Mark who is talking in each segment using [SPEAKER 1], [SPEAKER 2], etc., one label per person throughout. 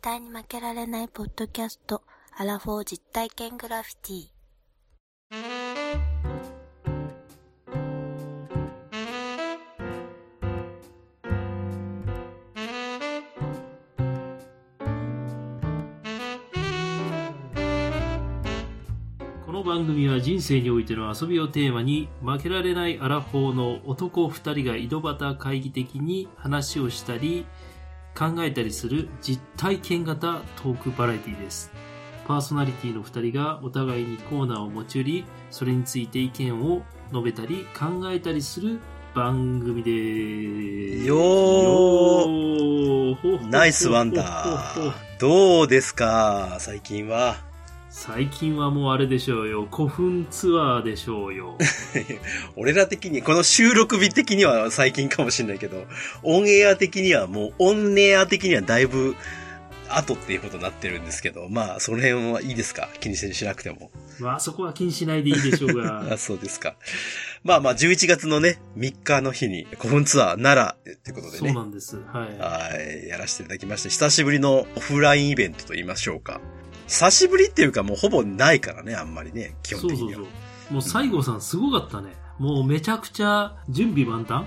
[SPEAKER 1] 対に負けられないポッドキャスト、アラフォー実体験グラフィティ。
[SPEAKER 2] この番組は人生においての遊びをテーマに負けられないアラフォーの男2人が井戸端会議的に話をしたり考えたりする実体験型トークバラエティですパーソナリティの2人がお互いにコーナーを持ち寄りそれについて意見を述べたり考えたりする番組です
[SPEAKER 3] よ
[SPEAKER 2] ー
[SPEAKER 3] ナイスワンダー。どうですか最近は。
[SPEAKER 2] 最近はもうあれでしょうよ古墳ツアーでしょうよ
[SPEAKER 3] 俺ら的に、この収録日的には最近かもしれないけど、オンエア的にはもう、オンエア的にはだいぶ後っていうことになってるんですけど、まあ、その辺はいいですか気にせずしなくても。
[SPEAKER 2] まあそこは気にしないでいいでしょう
[SPEAKER 3] あ
[SPEAKER 2] が
[SPEAKER 3] そうですか。まあまあ、11月のね、3日の日に、古墳ツアー奈良ってことで
[SPEAKER 2] そう
[SPEAKER 3] ね
[SPEAKER 2] な。んですは
[SPEAKER 3] はい、やらせていただきまして、久しぶりのオフラインイベントと言いましょうか。久しぶりっていうかもうほぼないからね、あんまりね、
[SPEAKER 2] い
[SPEAKER 3] 基
[SPEAKER 2] そう
[SPEAKER 3] 本的
[SPEAKER 2] そう
[SPEAKER 3] に
[SPEAKER 2] そ
[SPEAKER 3] は。
[SPEAKER 2] うもう西郷さんすごかったねもうめちゃくちゃ準備万端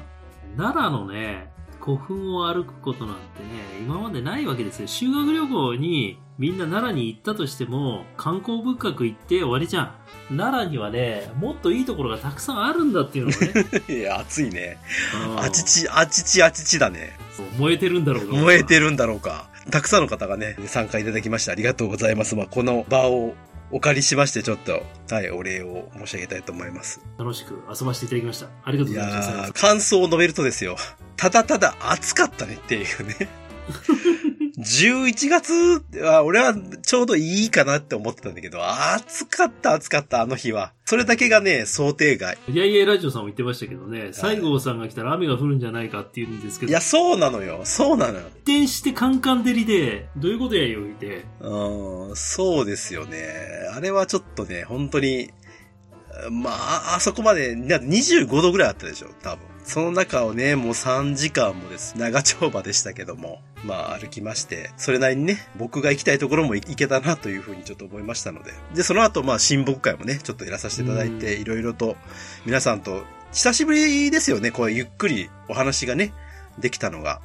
[SPEAKER 2] 奈良のね古墳を歩くことなんてね今までないわけですよ修学旅行にみんな奈良に行ったとしても観光仏閣行って終わりじゃん奈良にはねもっといいところがたくさんあるんだっていうのがね
[SPEAKER 3] いや、暑いね。
[SPEAKER 2] うん
[SPEAKER 3] あちち、あちち、あちちだね。
[SPEAKER 2] そう燃えてるんだろうが
[SPEAKER 3] 燃えてるんだろうか。たくさんの方がね、参加いただきましてありがとうございます。まあ、この場をお借りしまして、ちょっと、はい、お礼を申し上げたいと思います。
[SPEAKER 2] 楽しく遊ばせていただきましたありがと
[SPEAKER 3] いう
[SPEAKER 2] ご
[SPEAKER 3] や
[SPEAKER 2] ざいます
[SPEAKER 3] ー、感想を述べるとですよ。ただただ暑かったねっていう ね。11月は、俺はちょうどいいかなって思ってたんだけど、暑かった、暑かった、あの日は。それだけがね、想定外。
[SPEAKER 2] いやいやラジオさんも言ってましたけどね、西郷さんが来たら雨が降るんじゃないかって言うんですけ
[SPEAKER 3] い
[SPEAKER 2] ど、
[SPEAKER 3] や、
[SPEAKER 2] 一
[SPEAKER 3] そうなのよ、そうなのよ。
[SPEAKER 2] 転してカンカン照りで、どういうことやよ、言うて。
[SPEAKER 3] うん、そうですよね。あれはちょっとね、本当に、まあ、ああそこまで、な25度ぐらいあったでしょ、多分。その中をね、もう3時間もです。長丁場でしたけども、まあ歩きまして、それなりにね、僕が行きたいところも行けたなというふうにちょっと思いましたので。で、その後、まあ、親睦会もね、ちょっとやらさせていただいて、いろいろと、皆さんと、久しぶりですよね、こう、ゆっくりお話がね、できたのが。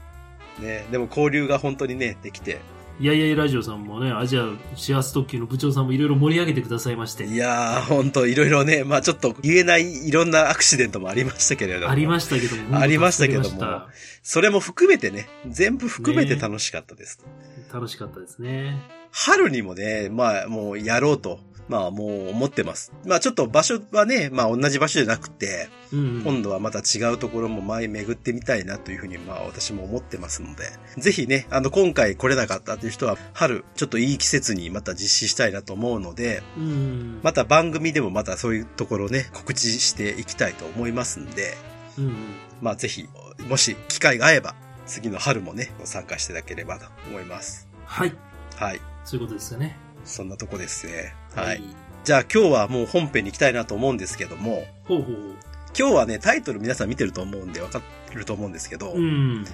[SPEAKER 3] ね、でも交流が本当にね、できて、
[SPEAKER 2] いやいやラジオさんもね、アジア始発特急の部長さんもいろいろ盛り上げてくださいまして
[SPEAKER 3] い、やー、ほんと、いろいろね、まあちょっと言えないいろんなアクシデントもありましたけれども。
[SPEAKER 2] ありましたけども、
[SPEAKER 3] ありましたけども
[SPEAKER 2] 本当助かり
[SPEAKER 3] それも含めてね、全部含めて
[SPEAKER 2] ね
[SPEAKER 3] 楽しかったです。
[SPEAKER 2] ました楽しかったですね。
[SPEAKER 3] 春にもね、まあもうやろうと、まあもう思ってます。まあちょっと場所はね、まあ同じ場所じゃなくて、
[SPEAKER 2] うん、うん。
[SPEAKER 3] 今度はまた違うところも前巡ってみたいなというふうに、まあ私も思ってますので、ぜひね、あの今回来れなかったという人は、春、ちょっといい季節にまた実施したいなと思うので、
[SPEAKER 2] うんうん、
[SPEAKER 3] また番組でもまたそういうところね、告知していきたいと思いますんで、
[SPEAKER 2] うんうん、
[SPEAKER 3] まあぜひ、もし機会があれば、次の春もね、ご参加していただければと思います。
[SPEAKER 2] はい。
[SPEAKER 3] はい。
[SPEAKER 2] そういうことですよね。
[SPEAKER 3] そんなとこですね。はい。。じゃあ今日はもう本編に行きたいなと思うんですけども、
[SPEAKER 2] ほうほう
[SPEAKER 3] 今日はね、タイトル皆さん見てると思うんで分かってると思うんですけど、
[SPEAKER 2] ほう。うん。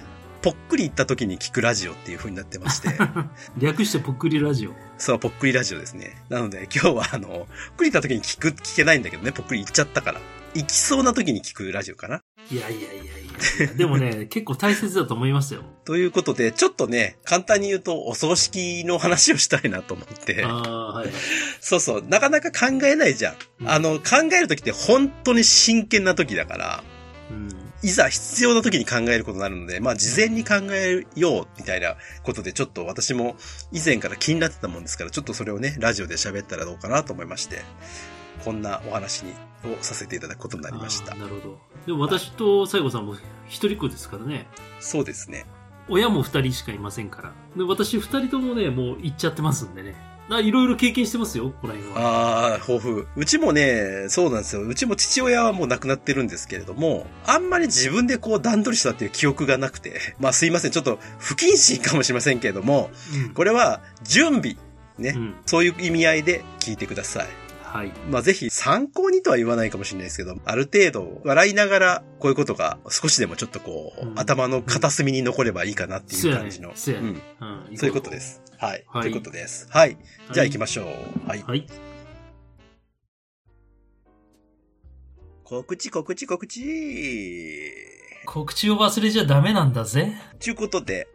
[SPEAKER 3] ぽっくり行った時に聞くラジオっていう風になってまして、
[SPEAKER 2] 略してぽっくりラジオ。
[SPEAKER 3] そのぽっくりラジオですね。なので今日はあの、ぽっくり行った時に聞く、聞けないんだけどね、ぽっくり行っちゃったから。行きそうな時に聞くラジオかな。
[SPEAKER 2] いやいやいやいやいや。でもね、結構大切だと思いますよ。
[SPEAKER 3] ということで、ちょっとね、簡単に言うと、お葬式の話をしたいなと思って。
[SPEAKER 2] ああ、はい。
[SPEAKER 3] そうそう、なかなか考えないじゃ
[SPEAKER 2] うん
[SPEAKER 3] ん。あの、考えるときって本当に真剣なときだから、
[SPEAKER 2] うん。
[SPEAKER 3] いざ必要なときに考えることになるので、まあ事前に考えようみたいなことで、ちょっと私も以前から気になってたもんですから、ちょっとそれをね、ラジオで喋ったらどうかなと思いまして、こんなお話に、をさせていただくことになりまし
[SPEAKER 2] あ
[SPEAKER 3] た
[SPEAKER 2] ー。なるほど。でも私と西郷さんも一人っ子ですからね。
[SPEAKER 3] そうですね。
[SPEAKER 2] 親も二人しかいませんから。で、私二人ともね、もう行っちゃってますんでね。ないろいろ経験してますよ、この辺は。
[SPEAKER 3] ああ、豊富。うちもね、そうなんですよ。うちも父親はもう亡くなってるんですけれども、あんまり自分でこう段取りしたっていう記憶がなくて、 まあすいません、ちょっと不謹慎かもしれませんけれども、
[SPEAKER 2] うん、
[SPEAKER 3] これは準備、ね、
[SPEAKER 2] うん。
[SPEAKER 3] そういう意味合いで聞いてください。
[SPEAKER 2] はい。
[SPEAKER 3] まあぜひ参考にとは言わないかもしれないですけど、ある程度笑いながらこういうことが少しでもちょっとこう、
[SPEAKER 2] うん
[SPEAKER 3] 頭の片隅に残ればいいかなってい
[SPEAKER 2] そう
[SPEAKER 3] う
[SPEAKER 2] や
[SPEAKER 3] 感
[SPEAKER 2] ね
[SPEAKER 3] じの。。
[SPEAKER 2] そうや
[SPEAKER 3] う
[SPEAKER 2] ね
[SPEAKER 3] ん。
[SPEAKER 2] うん。
[SPEAKER 3] そういうことです。はい。
[SPEAKER 2] はい
[SPEAKER 3] ということです。はい。じゃあ行き
[SPEAKER 2] ま
[SPEAKER 3] ましょう。はい。
[SPEAKER 2] はい。
[SPEAKER 3] 告知、告知、告知
[SPEAKER 2] 告知を忘れちゃダメなんだぜ。
[SPEAKER 3] ということで、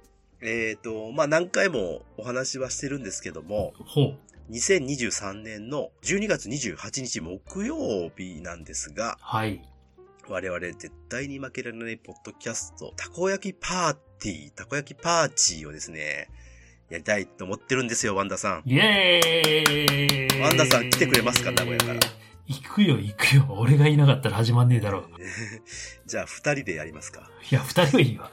[SPEAKER 3] えっ、と、まあ、何回もお話はしてるんですけども、
[SPEAKER 2] ほう。
[SPEAKER 3] 2023年の12月28日木曜日なんですが、
[SPEAKER 2] はい。
[SPEAKER 3] 我々絶対に負けられないポッドキャスト、たこ焼きパーティー、たこ焼きパーチーをですね、やりたいと思ってるんですよ、ワンダさん。
[SPEAKER 2] イエーイ
[SPEAKER 3] ワンダさん来てくれますか名古屋から
[SPEAKER 2] 行くよ、行くよ。俺がいなかったら始まんねえだろう。
[SPEAKER 3] じゃあ、二人でやりますか。
[SPEAKER 2] いや、二人はい いわ。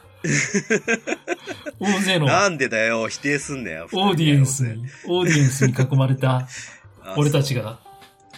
[SPEAKER 2] 大勢の
[SPEAKER 3] なんでだよ、否定すんなよ。
[SPEAKER 2] オーディエンスに、オーディエンスに囲まれ た
[SPEAKER 3] あ
[SPEAKER 2] 俺たちが、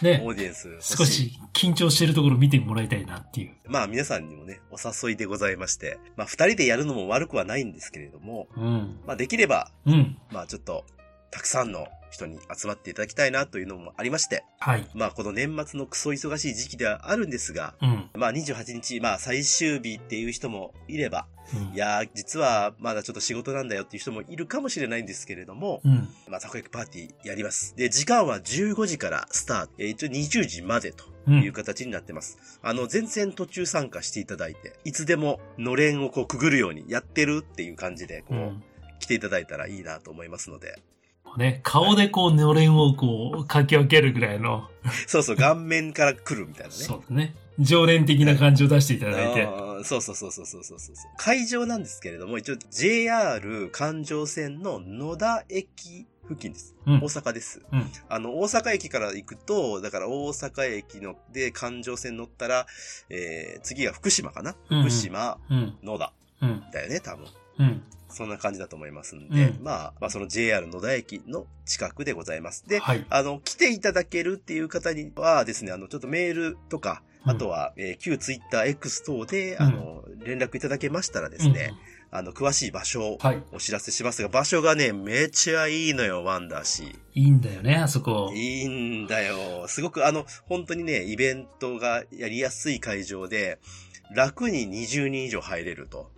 [SPEAKER 3] オ
[SPEAKER 2] ね、
[SPEAKER 3] ーディエンス欲
[SPEAKER 2] 少し緊張してるところ見てもらいたいなっていう。
[SPEAKER 3] まあ皆さんにもね、お誘いでございまして、まあ二人でやるのも悪くはないんですけれども、
[SPEAKER 2] うん。
[SPEAKER 3] まあできれば、
[SPEAKER 2] うん。
[SPEAKER 3] まあちょっと、たくさんの人に集まっていただきたいなというのもありまして、
[SPEAKER 2] はい。
[SPEAKER 3] まあこの年末のクソ忙しい時期ではあるんですが、
[SPEAKER 2] うん。
[SPEAKER 3] まあ28日、まあ最終日っていう人もいれば、
[SPEAKER 2] うん
[SPEAKER 3] いやー、実はまだちょっと仕事なんだよっていう人もいるかもしれないんですけれども、
[SPEAKER 2] うん。
[SPEAKER 3] まあたこ焼きパーティーやります。で、時間は15時からスタート、えー一応20時までと
[SPEAKER 2] うん
[SPEAKER 3] いう形になってます。あの、全然途中参加していただいて、いつでものれんをこうくぐるようにやってるっていう感じで、
[SPEAKER 2] う
[SPEAKER 3] こう、
[SPEAKER 2] ん。
[SPEAKER 3] 来ていただいたらいいなと思いますので。
[SPEAKER 2] ね、顔でこう、のれんをこう、かき分けるぐらいの、
[SPEAKER 3] そうそう、顔面から来るみたいな ね。
[SPEAKER 2] そうだね。常連的な感じを出していただいて。
[SPEAKER 3] あーそうそうそうそうそうそうそう。会場なんですけれども、一応 JR 環状線の野田駅付近です。
[SPEAKER 2] うん
[SPEAKER 3] 大。阪です。
[SPEAKER 2] うん
[SPEAKER 3] あの、大阪駅から行くと、だから大阪駅ので環状線乗ったら、えー、次が福島かな
[SPEAKER 2] うんうん
[SPEAKER 3] 福島、
[SPEAKER 2] うん。
[SPEAKER 3] 野田
[SPEAKER 2] うん。
[SPEAKER 3] だよね、多分。
[SPEAKER 2] うん。
[SPEAKER 3] そんな感じだと思いますんで、
[SPEAKER 2] うん
[SPEAKER 3] まあ、まあその JR 野田駅の近くでございます。で、
[SPEAKER 2] はい。
[SPEAKER 3] あの、来ていただけるっていう方にはですね、あの、ちょっとメールとか、
[SPEAKER 2] うん
[SPEAKER 3] あとは、えー旧 TwitterX 等で、
[SPEAKER 2] うん
[SPEAKER 3] あの、連絡いただけましたらですね、あの、詳しい場所を
[SPEAKER 2] うん。はい。
[SPEAKER 3] お知らせしますが、場所がね、めちゃいいのよ、ワンダーシ
[SPEAKER 2] いいんだよね、あそこ
[SPEAKER 3] ー。。いいんだよ。すごく、あの、本当にね、イベントがやりやすい会場で、楽に20人以上入れると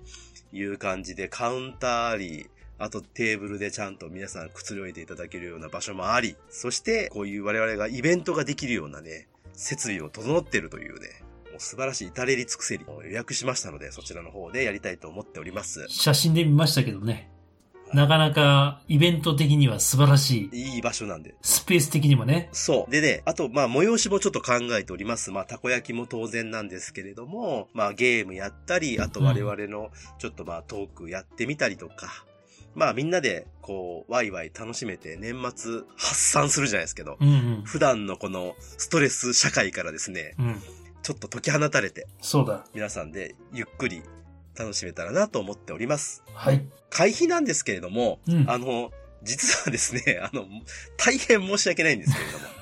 [SPEAKER 3] いう感じで、カウンターあり、あとテーブルでちゃんと皆さんくつろいでいただけるような場所もあり、そしてこういう我々がイベントができるようなね、設備を整ってるというね、もう素晴らしい至れり尽くせり、もう予約しましたので、そちらの方でやりたいと思っております。
[SPEAKER 2] 写真で見ましたけどね。なかなかイベント的には素晴らしい。
[SPEAKER 3] いい場所なんで、
[SPEAKER 2] スペース的にもね。
[SPEAKER 3] そう。でね、あと、まあ、催しもちょっと考えております。まあ、たこ焼きも当然なんですけれども、まあ、ゲームやったり、あと我々の、ちょっとまあ、トークやってみたりとか、まあ、みんなで、こう、ワイワイ楽しめて、年末、発散するじゃないですけど、
[SPEAKER 2] うんうん。
[SPEAKER 3] 普段のこの、ストレス社会からですね、
[SPEAKER 2] うん。
[SPEAKER 3] ちょっと解き放たれて、
[SPEAKER 2] そうだ。
[SPEAKER 3] 皆さんで、ゆっくり、楽しめたらなと思っております。
[SPEAKER 2] はい。
[SPEAKER 3] 会費なんですけれども、
[SPEAKER 2] うん。
[SPEAKER 3] あの、実はですね、あの、大変申し訳ないんです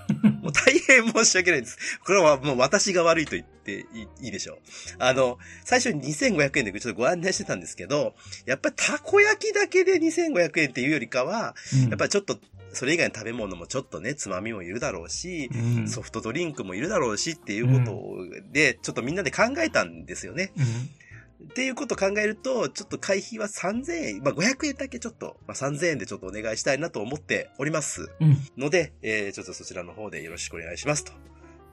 [SPEAKER 3] けれども、もう大変申し訳ないです。これはもう私が悪いと言っていいいいでしょう。あの、最初に2500円でちょっとご案内してたんですけど、やっぱりたこ焼きだけで2500円っていうよりかは、
[SPEAKER 2] うん
[SPEAKER 3] やっぱりちょっと、それ以外の食べ物もちょっとね、つまみもいるだろうし、
[SPEAKER 2] うん。
[SPEAKER 3] ソフトドリンクもいるだろうしっていうことで、ちょっとみんなで考えたんですよね。
[SPEAKER 2] うん。
[SPEAKER 3] っていうことを考えると、ちょっと会費は3000円、まあ、500円だけちょっと、まあ、3000円でちょっとお願いしたいなと思っております。
[SPEAKER 2] うん。
[SPEAKER 3] ので、えー、ちょっとそちらの方でよろしくお願いしますと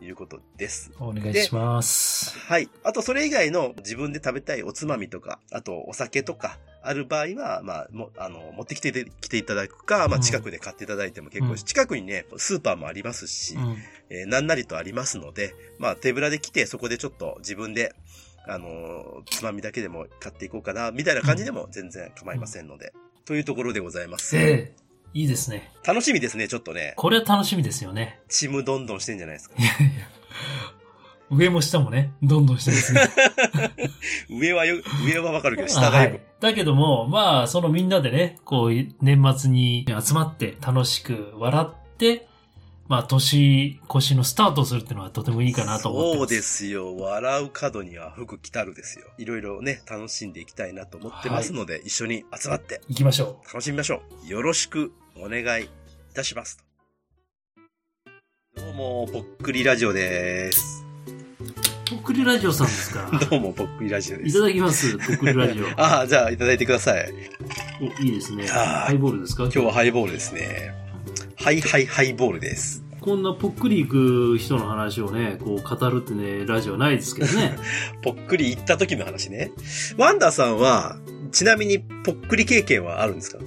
[SPEAKER 3] いうことです。
[SPEAKER 2] お願いします。
[SPEAKER 3] はい。あと、それ以外の自分で食べたいおつまみとか、あとお酒とかある場合は、まあ、もあの持ってきてきていただくか、まあ、
[SPEAKER 2] うん
[SPEAKER 3] 近くで買っていただいても結構、
[SPEAKER 2] うん
[SPEAKER 3] 近くにね、スーパーもありますし、
[SPEAKER 2] うん。
[SPEAKER 3] えーなんなりとありますので、まあ、手ぶらで来て、そこでちょっと自分で、あのーつまみだけでも買っていこうかな、みたいな感じでも全然構いませんので。というところでございます。
[SPEAKER 2] ええ。いいですね。
[SPEAKER 3] 楽しみですね、ちょっとね。
[SPEAKER 2] これは楽しみですよね。
[SPEAKER 3] チームどんどんしてんじゃないですか。
[SPEAKER 2] いやいや。上も下もね、どんどんしてですね。
[SPEAKER 3] 上はよ、 上はわかるけど、下がよく。
[SPEAKER 2] はいだけども、まあ、そのみんなでね、こう、年末に集まって楽しく笑って、まあ、年越しのスタートをするっていうのはとてもいいかなと思って
[SPEAKER 3] そ
[SPEAKER 2] ま
[SPEAKER 3] う
[SPEAKER 2] す。
[SPEAKER 3] ですよ。笑う角には服来たるですよ。いろいろね、楽しんでいきたいなと思ってますので、一緒に集まって
[SPEAKER 2] 行きましょ
[SPEAKER 3] 楽しみましょう。よろしくお願いいたします。どうも、ぽっくりラジオです。
[SPEAKER 2] う。ぽっくりラジ オさんですか
[SPEAKER 3] どうも、ぽっくりラジオで
[SPEAKER 2] いた
[SPEAKER 3] す。
[SPEAKER 2] だきます、ぽっくりラジオ。
[SPEAKER 3] ああ、じゃあ、いただいてください。
[SPEAKER 2] お、いいですね。
[SPEAKER 3] あー
[SPEAKER 2] ハイボールですか
[SPEAKER 3] 今日はハイボールですね。はいはいハイボールです。
[SPEAKER 2] こんなぽっくりいく人の話をね、こう語るってね、ラジオないですけど ね。
[SPEAKER 3] ぽっくり行った時の話ね。ワンダーさんは、ちなみにぽっくり経験はあるんですか、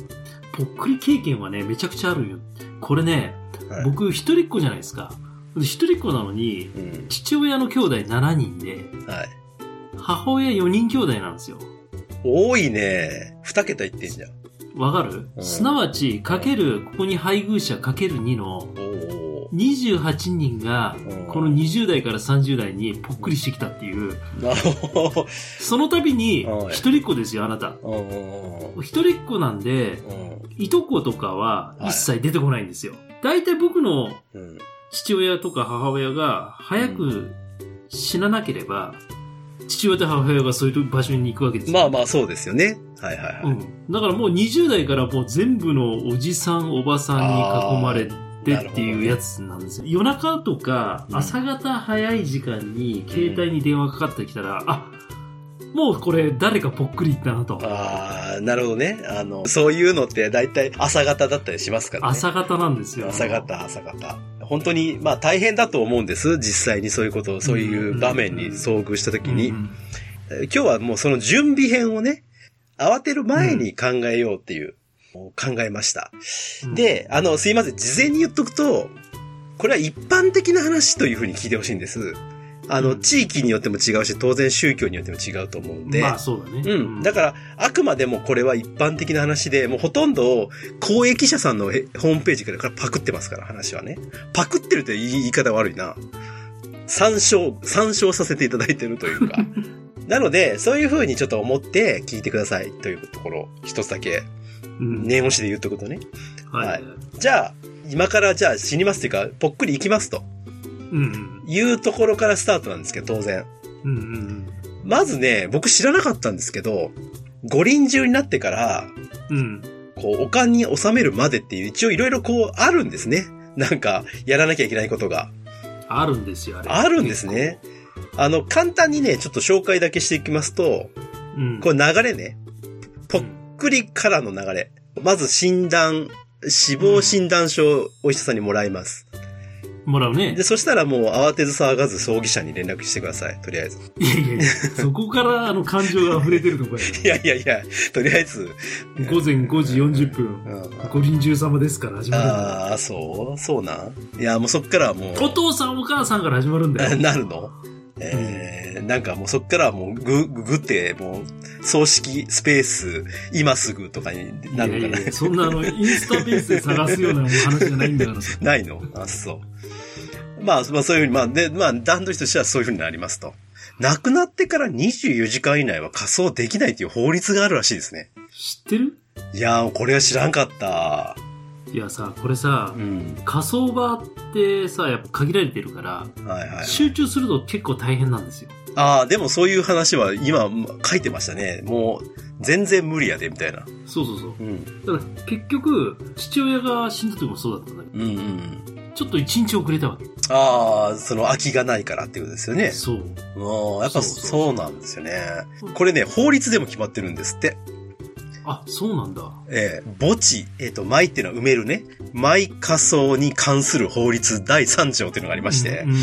[SPEAKER 2] ぽっくり経験はね、めちゃくちゃあるんよ。これね、
[SPEAKER 3] はい、
[SPEAKER 2] 僕一人っ子じゃないですか。で一人っ子なのに、
[SPEAKER 3] うん。
[SPEAKER 2] 父親の兄弟7人で、
[SPEAKER 3] はい。
[SPEAKER 2] 母親4人兄弟なんですよ。
[SPEAKER 3] 多いね。二桁いってんじゃん。
[SPEAKER 2] わかる、
[SPEAKER 3] うん
[SPEAKER 2] すなわち、かける、ここに配偶者かける2の、
[SPEAKER 3] おお。
[SPEAKER 2] 28人が
[SPEAKER 3] うん、
[SPEAKER 2] この20代から30代にぽっくりしてきたっていう、
[SPEAKER 3] なるほど。
[SPEAKER 2] その度に
[SPEAKER 3] うん、
[SPEAKER 2] 一人っ子ですよ、あなた。
[SPEAKER 3] うんうんうん
[SPEAKER 2] 一人っ子なんで、いとことかは
[SPEAKER 3] はい
[SPEAKER 2] 一切出てこないんですよ。大体僕の
[SPEAKER 3] うん。
[SPEAKER 2] 父親とか母親が早く死ななければ、父親と母親がそういう場所に行くわけですよ。
[SPEAKER 3] まあまあそうですよね。はいはいは
[SPEAKER 2] う
[SPEAKER 3] い。
[SPEAKER 2] ん。だからもう20代からもう全部のおじさん、おばさんに囲まれてっていうやつなんですよ。夜中とか
[SPEAKER 3] うん
[SPEAKER 2] 朝方早い時間に携帯に電話かかってきたら、あ、もうこれ誰かぽっくりいったなと。
[SPEAKER 3] ああ、なるほどね。あの、そういうのって大体朝方だったりしますからね。
[SPEAKER 2] 朝方なんですよ。
[SPEAKER 3] 朝方、朝方。本当に、まあ大変だと思うんです。実際にそういうことを、そういう場面に遭遇した時に。
[SPEAKER 2] うんうん
[SPEAKER 3] えー今日はもうその準備編をね、慌てる前に考えようっていう、考えました。で、あの、すいません、事前に言っとくと、これは一般的な話というふうに聞いてほしいんです。あ
[SPEAKER 2] う
[SPEAKER 3] の、
[SPEAKER 2] ん
[SPEAKER 3] 地域によっても違うし、当然宗教によっても違うと思うんで。
[SPEAKER 2] まあそうだね。
[SPEAKER 3] うん。だから、あくまでもこれは一般的な話で、もうほとんど公益者さんのへホームページからパクってますから、話はね。パクってるという言い方悪いな。参照、参照させていただいてるという か。なので、そういう風にちょっと思って聞いてくださいというところ、一つだけ、
[SPEAKER 2] うん、
[SPEAKER 3] 念押しで言っとくとね。
[SPEAKER 2] はい。
[SPEAKER 3] はいじゃあ、今からじゃあ死にますというか、ぽっくり行きますと
[SPEAKER 2] うん。
[SPEAKER 3] いうところからスタートなんですけど、当然。
[SPEAKER 2] うんうん
[SPEAKER 3] まずね、僕知らなかったんですけど、五輪中になってから、
[SPEAKER 2] うん。うん。
[SPEAKER 3] こう、お金に収めるまでっていう、一応いろいろこう、あるんですね。なんか、やらなきゃいけないことが。
[SPEAKER 2] あるんですよ、あれ。
[SPEAKER 3] あるんですね。あの、簡単にね、ちょっと紹介だけしていきますと、
[SPEAKER 2] うん。
[SPEAKER 3] これ流れね。ぽっ
[SPEAKER 2] うん
[SPEAKER 3] くりからの流れ。まず診断、死亡診断書をお医者さんにもらいます。
[SPEAKER 2] もらうね
[SPEAKER 3] で、。そしたらもう慌てず騒がず葬儀社に連絡してください。とりあえず。
[SPEAKER 2] いやいやいや、そこからあの感情が溢れてるとこや。
[SPEAKER 3] いやいやいや、とりあえず。
[SPEAKER 2] 午前5時40分、
[SPEAKER 3] うん
[SPEAKER 2] ご臨終様ですから始まるんだ
[SPEAKER 3] ああ、そうそうなんいや、もうそっからはもう。
[SPEAKER 2] よ。お父さんお母さんから始まるんだよ。
[SPEAKER 3] なるのえーなんかもうそっからはもうグググって、もう、葬式スペース、今すぐとかになるの
[SPEAKER 2] い
[SPEAKER 3] か
[SPEAKER 2] や
[SPEAKER 3] な。
[SPEAKER 2] いやそんなあの、インスタベースで探すようなお話じゃないんだから さ。
[SPEAKER 3] ないのあ、そう。まあ、まあそういうふうに、まあ、で、まあ、段取りとしてはそういうふうになりますと。亡くなってから24時間以内は仮葬できないという法律があるらしいですね。
[SPEAKER 2] 知ってる
[SPEAKER 3] いやー、これは知らんかった。
[SPEAKER 2] いやさ、これさ
[SPEAKER 3] う、ん。
[SPEAKER 2] 仮想場ってさ、やっぱ限られてるから、
[SPEAKER 3] はいはい。
[SPEAKER 2] 集中すると結構大変なんですよ。
[SPEAKER 3] ああ、でもそういう話は今書いてましたね。もう、全然無理やで、みたいな。
[SPEAKER 2] そうそうそう。
[SPEAKER 3] うん。
[SPEAKER 2] だから結局、父親が死んだ時もそうだったんだけ
[SPEAKER 3] うんうんうん。
[SPEAKER 2] ど、ちょっと一日遅れたわけ。
[SPEAKER 3] ああ、その空きがないからっていうことですよね。
[SPEAKER 2] そう。
[SPEAKER 3] もう、やっ
[SPEAKER 2] そ
[SPEAKER 3] ぱ
[SPEAKER 2] うそう
[SPEAKER 3] そうなんですよね
[SPEAKER 2] うん。
[SPEAKER 3] これね、法律でも決まってるんですって。
[SPEAKER 2] あ、そうなんだ。
[SPEAKER 3] えー墓地、えっ、と、埋っていうのは埋めるね。埋火葬に関する法律第3条っていうのがありまして、
[SPEAKER 2] うん、うんえ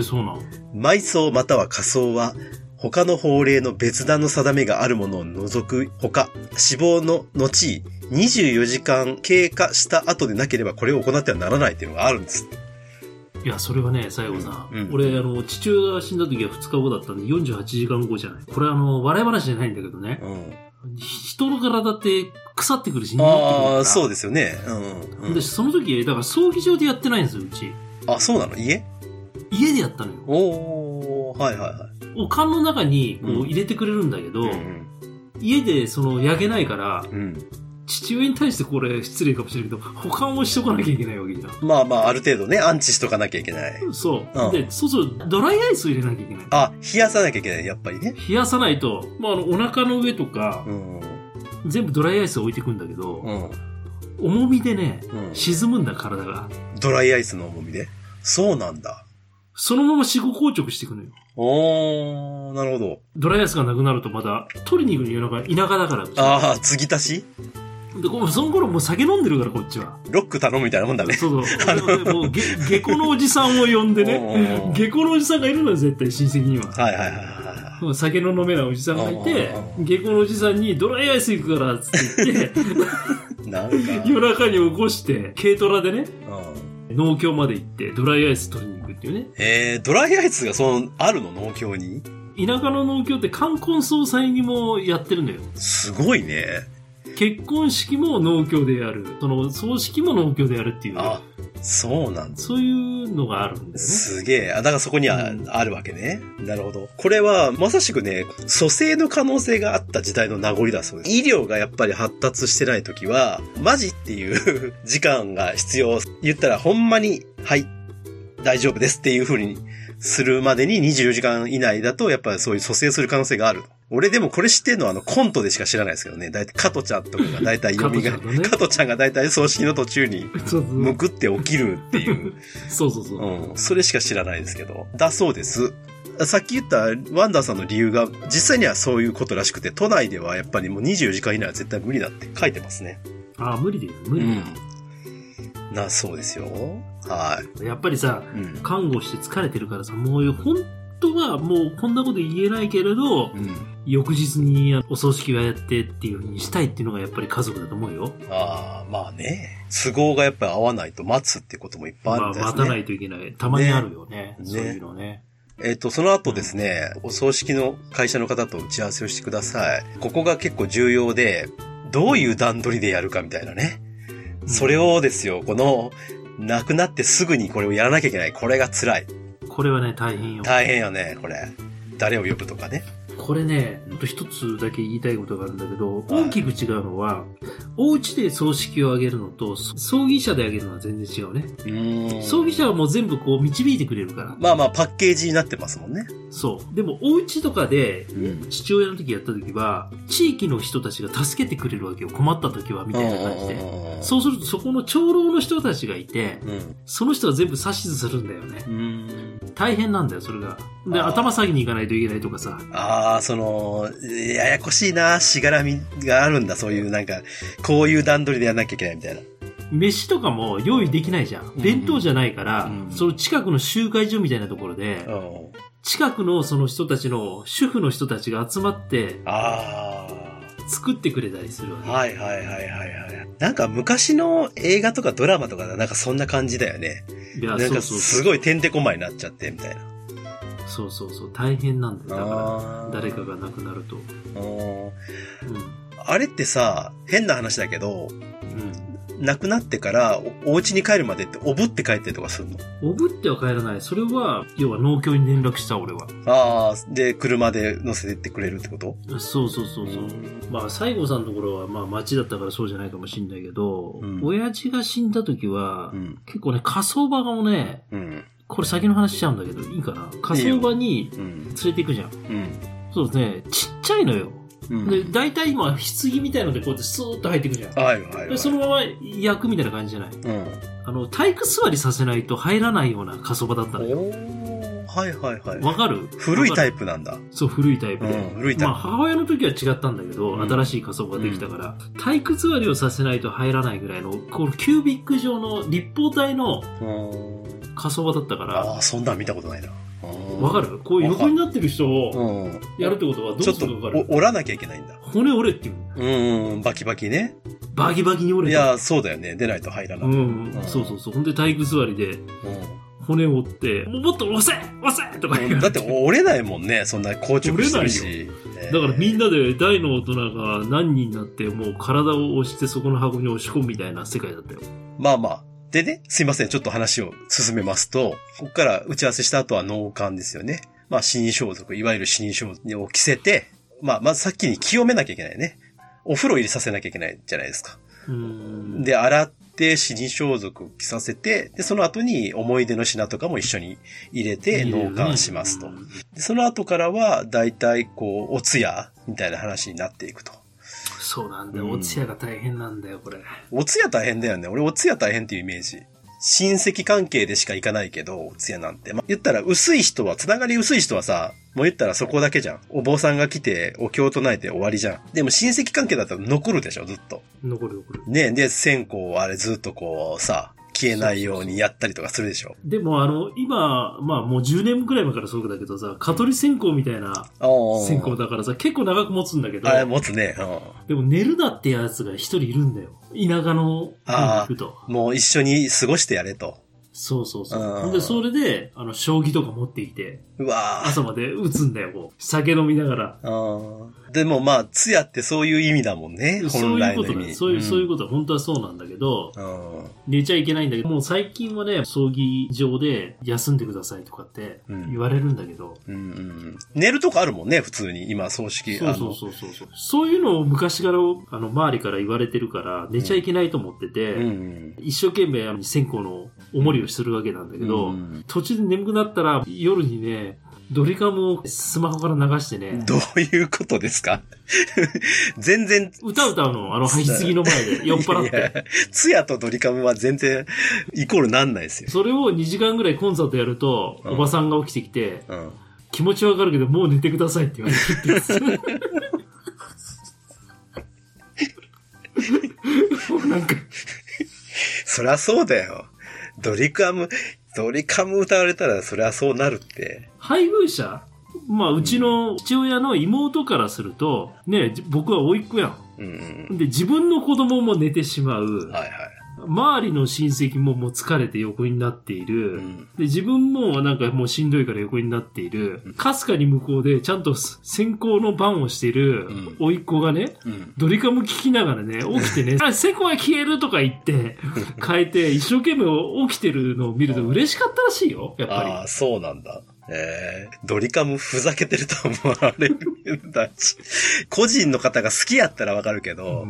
[SPEAKER 2] ーそうなん。
[SPEAKER 3] 埋葬または火葬は、他の法令の別段の定めがあるものを除くほか、死亡の後、24時間経過した後でなければこれを行ってはならないっていうのがあるんです。
[SPEAKER 2] いや、それはね、最後さ、
[SPEAKER 3] うんうん
[SPEAKER 2] 俺、あの、父親が死んだ時は2日後だったんで、48時間後じゃない。これ、あの、笑い話じゃないんだけどね
[SPEAKER 3] う、ん。
[SPEAKER 2] 人の体って腐ってくるし、匂ってくるから。
[SPEAKER 3] ああ、そうですよね。うん、うん
[SPEAKER 2] で。その時、だから葬儀場でやってないんですよ、うち。
[SPEAKER 3] あ、そうなの家
[SPEAKER 2] 家でやったのよ。
[SPEAKER 3] おおはいはいは
[SPEAKER 2] おかんの中にこ
[SPEAKER 3] う
[SPEAKER 2] うん入れてくれるんだけど、
[SPEAKER 3] い。
[SPEAKER 2] 家でその焼けないから、
[SPEAKER 3] うん。
[SPEAKER 2] 父親に対してこれ失礼かもしれないけど、保管をしとかなきゃいけないわけじゃん。
[SPEAKER 3] まあまあ、ある程度ね、アンチしとかなきゃいけない。
[SPEAKER 2] そう。
[SPEAKER 3] うん
[SPEAKER 2] で、そうするとドライアイスを入れなきゃいけない。
[SPEAKER 3] あ、冷やさなきゃいけない、やっぱりね。
[SPEAKER 2] 冷やさないと、まあ、あの、お腹の上とか
[SPEAKER 3] う、ん。
[SPEAKER 2] 全部ドライアイスを置いてくんだけど、
[SPEAKER 3] うん。
[SPEAKER 2] 重みでね、
[SPEAKER 3] うん
[SPEAKER 2] 沈むんだ体が
[SPEAKER 3] ドライアイスの重みで。そうなんだ。
[SPEAKER 2] そのまま死後硬直していくのよ。
[SPEAKER 3] おー、なるほど。
[SPEAKER 2] ドライアイスがなくなるとまだ、取りに行くの夜中、田舎だからうち。
[SPEAKER 3] あー、継ぎ足し
[SPEAKER 2] で、こうその頃もう酒飲んでるから、こっちは。
[SPEAKER 3] ロック頼むみたいなもんだね。
[SPEAKER 2] そうそう。もう、げ下戸のおじさんを呼んで
[SPEAKER 3] おうお
[SPEAKER 2] ね
[SPEAKER 3] う、
[SPEAKER 2] 下戸のおじさんがいるのよ、絶対、親戚には。
[SPEAKER 3] はいはいはいは
[SPEAKER 2] もう酒の飲めないおじさんがいて
[SPEAKER 3] おうおう、
[SPEAKER 2] 下戸のおじさんにドライアイス行くから、つって言 って、
[SPEAKER 3] い。なんか、
[SPEAKER 2] 夜中に起こして、軽トラでね、
[SPEAKER 3] うん。
[SPEAKER 2] 農協まで行って、ドライアイス取りに行くっていうね。
[SPEAKER 3] えー、ドライアイスがその、あるの農協に
[SPEAKER 2] 田舎の農協って冠婚葬祭にもやってるのよ。
[SPEAKER 3] すごいね。
[SPEAKER 2] 結婚式も農協でやる。その、葬式も農協でやるっていう。
[SPEAKER 3] あ、そうなんだ。
[SPEAKER 2] そういうのがあるんだよね。
[SPEAKER 3] すげえ。あ、だからそこには
[SPEAKER 2] うん
[SPEAKER 3] あるわけね。なるほど。これは、まさしくね、蘇生の可能性があった時代の名残だそうです。医療がやっぱり発達してない時は、マジっていう 時間が必要。言ったら、ほんまに、はい、大丈夫ですっていう風にするまでに24時間以内だと、やっぱりそういう蘇生する可能性がある。俺でもこれ知ってんのはあのコントでしか知らないですけどね。だいたい加トちゃんとかがだいたい読みが、
[SPEAKER 2] 加トちゃんのね
[SPEAKER 3] 加トちゃんがだいたい葬式の途中に
[SPEAKER 2] そうそう
[SPEAKER 3] むくって起きるっていう。
[SPEAKER 2] そうそうそう。
[SPEAKER 3] うん。それしか知らないですけど。だそうです。さっき言ったワンダーさんの理由が、実際にはそういうことらしくて、都内ではやっぱりもう24時間以内は絶対無理だって書いてますね。
[SPEAKER 2] ああ、無理だよ、無
[SPEAKER 3] う
[SPEAKER 2] 理だ
[SPEAKER 3] ん
[SPEAKER 2] よ。。
[SPEAKER 3] な、そうですよ。は
[SPEAKER 2] やっぱりさ、
[SPEAKER 3] い。うん。
[SPEAKER 2] 看護して疲れてるからさ、もう本当はもうこんなこと言えないけれど、
[SPEAKER 3] うん。
[SPEAKER 2] 翌日にお葬式はやってっていうふうにしたいっていうのがやっぱり家族だと思うよ。
[SPEAKER 3] ああ、まあね。都合がやっぱり合わないと待つってこともいっぱいある
[SPEAKER 2] まあ
[SPEAKER 3] みたいです
[SPEAKER 2] 待
[SPEAKER 3] ね。
[SPEAKER 2] たないといけない。たまにあるよね。
[SPEAKER 3] ね
[SPEAKER 2] そういうのね。
[SPEAKER 3] えっ、と、その後ですね、お葬式の会社の方と打ち合わせをしてください。ここが結構重要で、どういう段取りでやるかみたいなね。それをですよ、この、亡くなってすぐにこれをやらなきゃいけない。これが辛い。
[SPEAKER 2] これはね、大変よ。
[SPEAKER 3] 大変よね、これ。誰を呼ぶとかね。
[SPEAKER 2] これね、ほんと一つだけ言いたいことがあるんだけど、
[SPEAKER 3] はい
[SPEAKER 2] 大きく違うのは、お家で葬式を挙げるのと、葬儀社で挙げるのは全然違うね。
[SPEAKER 3] うん
[SPEAKER 2] 葬儀社はもう全部こう導いてくれるから。
[SPEAKER 3] まあまあ、パッケージになってますもんね。
[SPEAKER 2] そう。でも、お家とかで、
[SPEAKER 3] うん。
[SPEAKER 2] 父親の時やった時は、地域の人たちが助けてくれるわけよ。困った時は、みたいな感じで。そうすると、そこの長老の人たちがいて、
[SPEAKER 3] うん。
[SPEAKER 2] その人が全部指図するんだよね。
[SPEAKER 3] うん。
[SPEAKER 2] 大変なんだよ、それが。で、
[SPEAKER 3] あー
[SPEAKER 2] 頭下げに行かないといけないとかさ。
[SPEAKER 3] ああ、その、ややこしいな、しがらみがあるんだ、そういう、なんか、こういう段取りでやらなきゃいけないみたいな。
[SPEAKER 2] 飯とかも用意できないじゃん。
[SPEAKER 3] ん
[SPEAKER 2] 弁当じゃないから、
[SPEAKER 3] うん
[SPEAKER 2] その近くの集会所みたいなところで、
[SPEAKER 3] うん。
[SPEAKER 2] 近くのその人たちの、主婦の人たちが集まって、
[SPEAKER 3] あ
[SPEAKER 2] 作ってくれたりするわ
[SPEAKER 3] あ。
[SPEAKER 2] け。
[SPEAKER 3] はいはいはいはいはい。なんか昔の映画とかドラマとかだなんかそんな感じだよね。
[SPEAKER 2] いや、
[SPEAKER 3] な
[SPEAKER 2] そ
[SPEAKER 3] ん
[SPEAKER 2] うそ
[SPEAKER 3] か
[SPEAKER 2] うそう。
[SPEAKER 3] すごいてんてこまになっちゃってみたいな。
[SPEAKER 2] そうそうそう。大変なんだよ。だか
[SPEAKER 3] あ
[SPEAKER 2] ら、
[SPEAKER 3] ー
[SPEAKER 2] 誰かが亡くなると。
[SPEAKER 3] うん
[SPEAKER 2] う
[SPEAKER 3] あれってさ、変な話だけど、
[SPEAKER 2] ん。うん。
[SPEAKER 3] 亡くなってからおお家に帰るまでっておぶって帰ったりとかするの。
[SPEAKER 2] おぶっては帰らない。それは、要は農協に連絡した俺は。
[SPEAKER 3] ああ、で、車で乗せてってくれるってこと
[SPEAKER 2] そうそうそうそう。まあ、西郷さんのところは、まあ、町だったからそうじゃないかもしれないけど、
[SPEAKER 3] うん
[SPEAKER 2] 親父が死んだ時は、
[SPEAKER 3] うん。
[SPEAKER 2] 結構ね、火葬場もね、
[SPEAKER 3] うん。
[SPEAKER 2] これ先の話しちゃうんだけど、いいかな火葬場に
[SPEAKER 3] う
[SPEAKER 2] 連
[SPEAKER 3] ん。
[SPEAKER 2] れて行くじゃん。
[SPEAKER 3] うん。
[SPEAKER 2] そうですね、ちっちゃいのよ。
[SPEAKER 3] うん。
[SPEAKER 2] で、大体今、棺みたいのでこうやってスーッと入ってくじゃん。
[SPEAKER 3] はいはい、はい。
[SPEAKER 2] で、そのまま焼くみたいな感じじゃない
[SPEAKER 3] うん。
[SPEAKER 2] あの、体育座りさせないと入らないような火葬場だったのよ。
[SPEAKER 3] おーはいはいはい。
[SPEAKER 2] わかる
[SPEAKER 3] 古いタ
[SPEAKER 2] イプ
[SPEAKER 3] イプなんだ。
[SPEAKER 2] そう、古いタイプ
[SPEAKER 3] う
[SPEAKER 2] で。
[SPEAKER 3] ん、古いタイ
[SPEAKER 2] ま
[SPEAKER 3] プ
[SPEAKER 2] あ、。母親の時は違ったんだけど、
[SPEAKER 3] うん
[SPEAKER 2] 新しい仮想ができたから、体育座りをさせないと入らないぐらいの、このキュービック状の立方体の
[SPEAKER 3] うん
[SPEAKER 2] 仮想場だったから、
[SPEAKER 3] ああ、そんなん見たことないな。
[SPEAKER 2] わか
[SPEAKER 3] る
[SPEAKER 2] るこういう横になってる人を
[SPEAKER 3] うん。
[SPEAKER 2] やるってことはど
[SPEAKER 3] ちょ
[SPEAKER 2] う
[SPEAKER 3] っ
[SPEAKER 2] す
[SPEAKER 3] と
[SPEAKER 2] るかわかる
[SPEAKER 3] お折らなきゃいけないんだ。
[SPEAKER 2] 骨折れっていう。
[SPEAKER 3] うん、バキバキね。
[SPEAKER 2] バキバキに折
[SPEAKER 3] い
[SPEAKER 2] れた。
[SPEAKER 3] や、そうだよね。出ないと入らな
[SPEAKER 2] う
[SPEAKER 3] い。うん。
[SPEAKER 2] ん、
[SPEAKER 3] うん
[SPEAKER 2] そうそうそう。ほんで体育座りで骨を折って、もうもっと押せ押せとか言う。
[SPEAKER 3] だって折れないもんね。そんな硬直してるし。
[SPEAKER 2] だからみん
[SPEAKER 3] な。
[SPEAKER 2] なで大の大人が何人になってもう体を押してそこの箱に押し込むみたいな世界だったよ。
[SPEAKER 3] まあまあ。でね、すいません。ちょっと話を進めますと、ここから打ち合わせした後は脳幹ですよね。まあ死に装束、いわゆる死に装束を着せて、まあまずさっきに清めなきゃいけないね。お風呂入れさせなきゃいけないじゃないですか。
[SPEAKER 2] うん。
[SPEAKER 3] で、洗って、死に装束着させて、で、その後に思い出の品とかも一緒に入れて、納棺しますと
[SPEAKER 2] う。ん
[SPEAKER 3] でその後からは、だいたい、こう、お通夜みたいな話になっていくと。
[SPEAKER 2] そうなんだよ。
[SPEAKER 3] うん
[SPEAKER 2] お通夜が大変なんだよ、これ。
[SPEAKER 3] お通夜大変だよね。俺、お通夜大変っていうイメージ。親戚関係でしか行かないけど、お通夜なんて。まあ、言ったら薄い人は、つながり薄い人はさ、もう言ったらそこだけじゃん。お坊さんが来て、お経を唱えて終わりじゃん。でも親戚関係だったら残るでしょ、ずっと。
[SPEAKER 2] 残る残る。
[SPEAKER 3] ねえ、で、線香をあれずっとこう、さ、消えないようにやったりとかするでしょ。
[SPEAKER 2] でもあの、今、まあもう10年くらい前からそうだけどさ、蚊取り線香みたいな
[SPEAKER 3] ああ
[SPEAKER 2] 線香だからさ、結構長く持つんだけど、
[SPEAKER 3] あれ持つね。う
[SPEAKER 2] でも寝るなってやつが一人いるんだよ。田舎の
[SPEAKER 3] あー
[SPEAKER 2] 行くと。
[SPEAKER 3] ん。もう一緒に過ごしてやれと。
[SPEAKER 2] そうそうそう。
[SPEAKER 3] うん
[SPEAKER 2] ほんで、それで、あの、将棋とか持ってきて、
[SPEAKER 3] うわぁ。
[SPEAKER 2] 朝まで打つんだよ、こう。酒飲みながら。
[SPEAKER 3] うんでもまあ、通夜ってそういう意味だもんね。
[SPEAKER 2] そう
[SPEAKER 3] 本
[SPEAKER 2] いう
[SPEAKER 3] 来
[SPEAKER 2] こ
[SPEAKER 3] の
[SPEAKER 2] と
[SPEAKER 3] 意
[SPEAKER 2] ね。
[SPEAKER 3] 味。
[SPEAKER 2] そういう、そういうことは本当はそうなんだけど、
[SPEAKER 3] うん。
[SPEAKER 2] 寝ちゃいけないんだけど、もう最近はね、葬儀場で休んでくださいとかって
[SPEAKER 3] うん
[SPEAKER 2] 言われるんだけど、
[SPEAKER 3] うんうん。寝るとかあるもんね、普通に。今、葬式。
[SPEAKER 2] そうそうそうそうそう。そういうのを昔から、あの、周りから言われてるから、寝ちゃいけないと思ってて、
[SPEAKER 3] あのうん
[SPEAKER 2] 一生懸命あの線香のおもりをするわけなんだ
[SPEAKER 3] う
[SPEAKER 2] け
[SPEAKER 3] ん。
[SPEAKER 2] ど、
[SPEAKER 3] うん
[SPEAKER 2] 途中で眠くなったら夜にね、ドリカムをスマホから流してね、
[SPEAKER 3] どういうことですか 全然、
[SPEAKER 2] 歌歌うの、あの、入りすぎの前 で、酔っ払っ
[SPEAKER 3] いやい
[SPEAKER 2] て。
[SPEAKER 3] や通夜とドリカムは全然、イコールなんないですよ。
[SPEAKER 2] それを2時間ぐらいコンサートやると、
[SPEAKER 3] うん
[SPEAKER 2] おばさんが起きてきて、
[SPEAKER 3] うん。
[SPEAKER 2] 気持ちわかるけど、もう寝てくださいって言 われるってやつ。もうなんか、
[SPEAKER 3] そりゃそうだよ。ドリカム、ドリカム歌われたらそりゃそうなるって。
[SPEAKER 2] 配偶者まあ、うちの父親の妹からすると、ね、じ僕は甥っ子や
[SPEAKER 3] うんうん
[SPEAKER 2] ん。で、自分の子供も寝てしまう
[SPEAKER 3] うん。。はいはい。
[SPEAKER 2] 周りの親戚ももう疲れて横になっている。
[SPEAKER 3] うん。
[SPEAKER 2] で、自分もなんかもうしんどいから横になっている
[SPEAKER 3] うん。
[SPEAKER 2] かすかに向こうでちゃんと先行の番をしている
[SPEAKER 3] うん
[SPEAKER 2] 甥っ子がね、
[SPEAKER 3] うん。
[SPEAKER 2] ドリカム聞きながらね、起きて ね、あ、先行が消えるとか言って、変えて一生懸命起きてるのを見ると嬉しかったらしいよ、やっぱり。
[SPEAKER 3] ああ、そうなんだ。えー、ドリカムふざけてると思われるんだし。 個人の方が好きやったらわかるけど、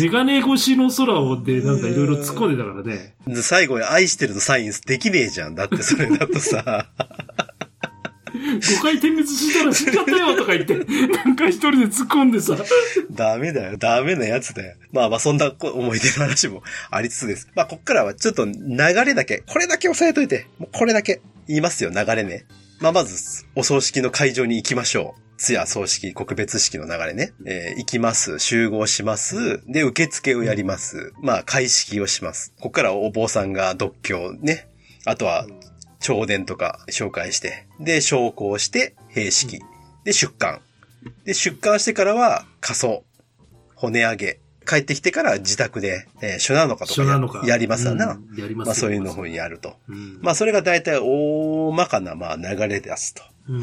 [SPEAKER 2] メガネ越しの空をで、なんかいろいろ突っ込んでたからね。
[SPEAKER 3] で最後に愛してるのサインできねえじゃん。だってそれだとさ、
[SPEAKER 2] 5回点滅したら死んじゃったよとか言って、なんか一人で突っ込んでさ。
[SPEAKER 3] ダメだよ。ダメなやつだよ。まあまあそんなこ思い出の話もありつつです。まあこっからはちょっと流れだけ、これだけ押さえといて、もうこれだけ言いますよ、流れね。まあまず、お葬式の会場に行きましょう。通夜葬式、告別式の流れね。えー行きます、集合します、で、受付をやります。まあ、会式をします。ここからお坊さんが独協ね。あとは、朝殿とか紹介して、で、昇降して、閉式、で、出棺。で、出棺してからは、仮装、骨上げ。帰ってきてから自宅で、えー、初なのかとか
[SPEAKER 2] 緒なのか。
[SPEAKER 3] やりますわな。
[SPEAKER 2] うん。やります
[SPEAKER 3] まあ、そういうの
[SPEAKER 2] に
[SPEAKER 3] 方にやると。ま
[SPEAKER 2] ま
[SPEAKER 3] あ、それが大体大まかな、まあ、流れですと。
[SPEAKER 2] うん、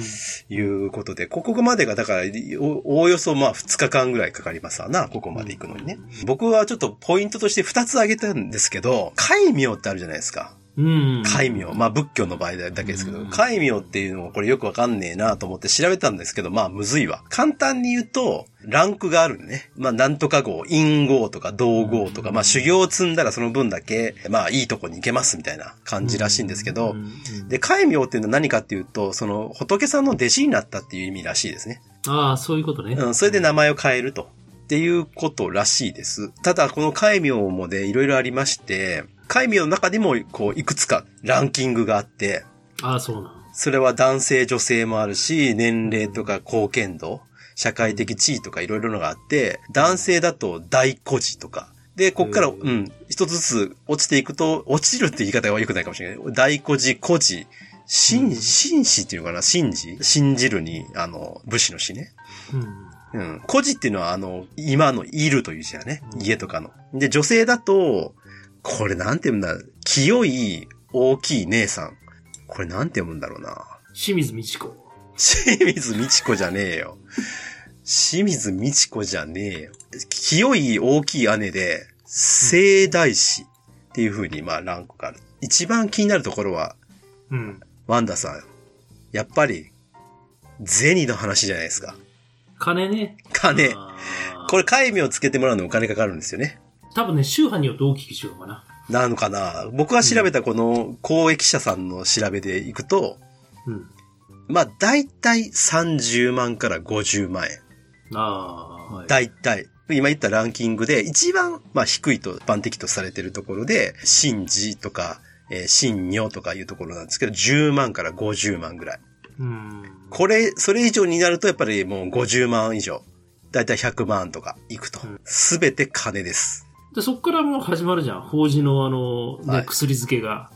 [SPEAKER 3] いうことで、ここまでが、だから、おおおよそまあ2日間ぐらいかかりますわな、ここまで行くのにね。僕はちょっとポイントとして2つ挙げたんですけど、戒名ってあるじゃないですか。
[SPEAKER 2] うん。
[SPEAKER 3] 戒名。まあ仏教の場合だけですけ
[SPEAKER 2] う
[SPEAKER 3] ど
[SPEAKER 2] ん、
[SPEAKER 3] 戒名っていうのもこれよくわかんねえなと思って調べたんですけど、まあむずいわ。簡単に言うと、ランクがあるんでね。まあなんとか号、陰号とか道号とか、まあ修行を積んだらその分だけ、まあいいとこに行けますみたいな感じらしいんですけど
[SPEAKER 2] う、ん
[SPEAKER 3] で、戒名っていうのは何かっていうと、その仏さんの弟子になったっていう意味らしいですね。
[SPEAKER 2] ああ、そういうことね。
[SPEAKER 3] うん、それで名前を変えると。っていうことらしいです。ただ、この戒名もね、いろいろありまして、戒名の中でも、こう、いくつかランキングがあって、
[SPEAKER 2] ああ、そうな
[SPEAKER 3] それは男性、女性もあるし、年齢とか貢献度、社会的地位とかいろいろのがあって、男性だと大孤児とか。で、こっから、
[SPEAKER 2] へ
[SPEAKER 3] う
[SPEAKER 2] ー
[SPEAKER 3] ん、一つずつ落ちていくと、落ちるって言い方は良くないかもしれない。大孤児、孤児、
[SPEAKER 2] うん
[SPEAKER 3] 信、信士っていうのかな信士信じるに、あの、武士の士ね。
[SPEAKER 2] ん。
[SPEAKER 3] うん。孤児っていうのは、あの、今のいるという字だね
[SPEAKER 2] う。ん
[SPEAKER 3] 家とかの。で、女性だと、これなんて読むんだ清い、大きい姉さん。これなんて読むんだろうな。
[SPEAKER 2] 清水美智子。
[SPEAKER 3] 清水美智子じゃねえよ。清水美智子じゃねえよ。清い大きい姉で、聖大師っていう風に、まあ、ランクがある。一番気になるところは、
[SPEAKER 2] うん。
[SPEAKER 3] ワンダさん。やっぱり、銭の話じゃないですか。
[SPEAKER 2] 金ね。
[SPEAKER 3] 金。
[SPEAKER 2] ああ
[SPEAKER 3] これ、戒名をつけてもらうのにお金かかるんですよね。
[SPEAKER 2] 多分ね、宗派によって大きくしようかな。
[SPEAKER 3] なのかな僕が調べたこの公益者さんの調べでいくと、
[SPEAKER 2] うん。
[SPEAKER 3] まあ、大体30万から50万円。
[SPEAKER 2] ああ、はい。
[SPEAKER 3] 大体。今言ったランキングで一番、まあ、低いと、一般的とされてるところで、神事とか、えー、新尿とかいうところなんですけど、10万から50万ぐらい。
[SPEAKER 2] うん。
[SPEAKER 3] これ、それ以上になるとやっぱりもう50万以上。だいたい100万とかいくと
[SPEAKER 2] うん。
[SPEAKER 3] すべて金です。
[SPEAKER 2] で、そっからもう始まるじゃん。法事のあの、ね、
[SPEAKER 3] はい
[SPEAKER 2] 薬漬けが。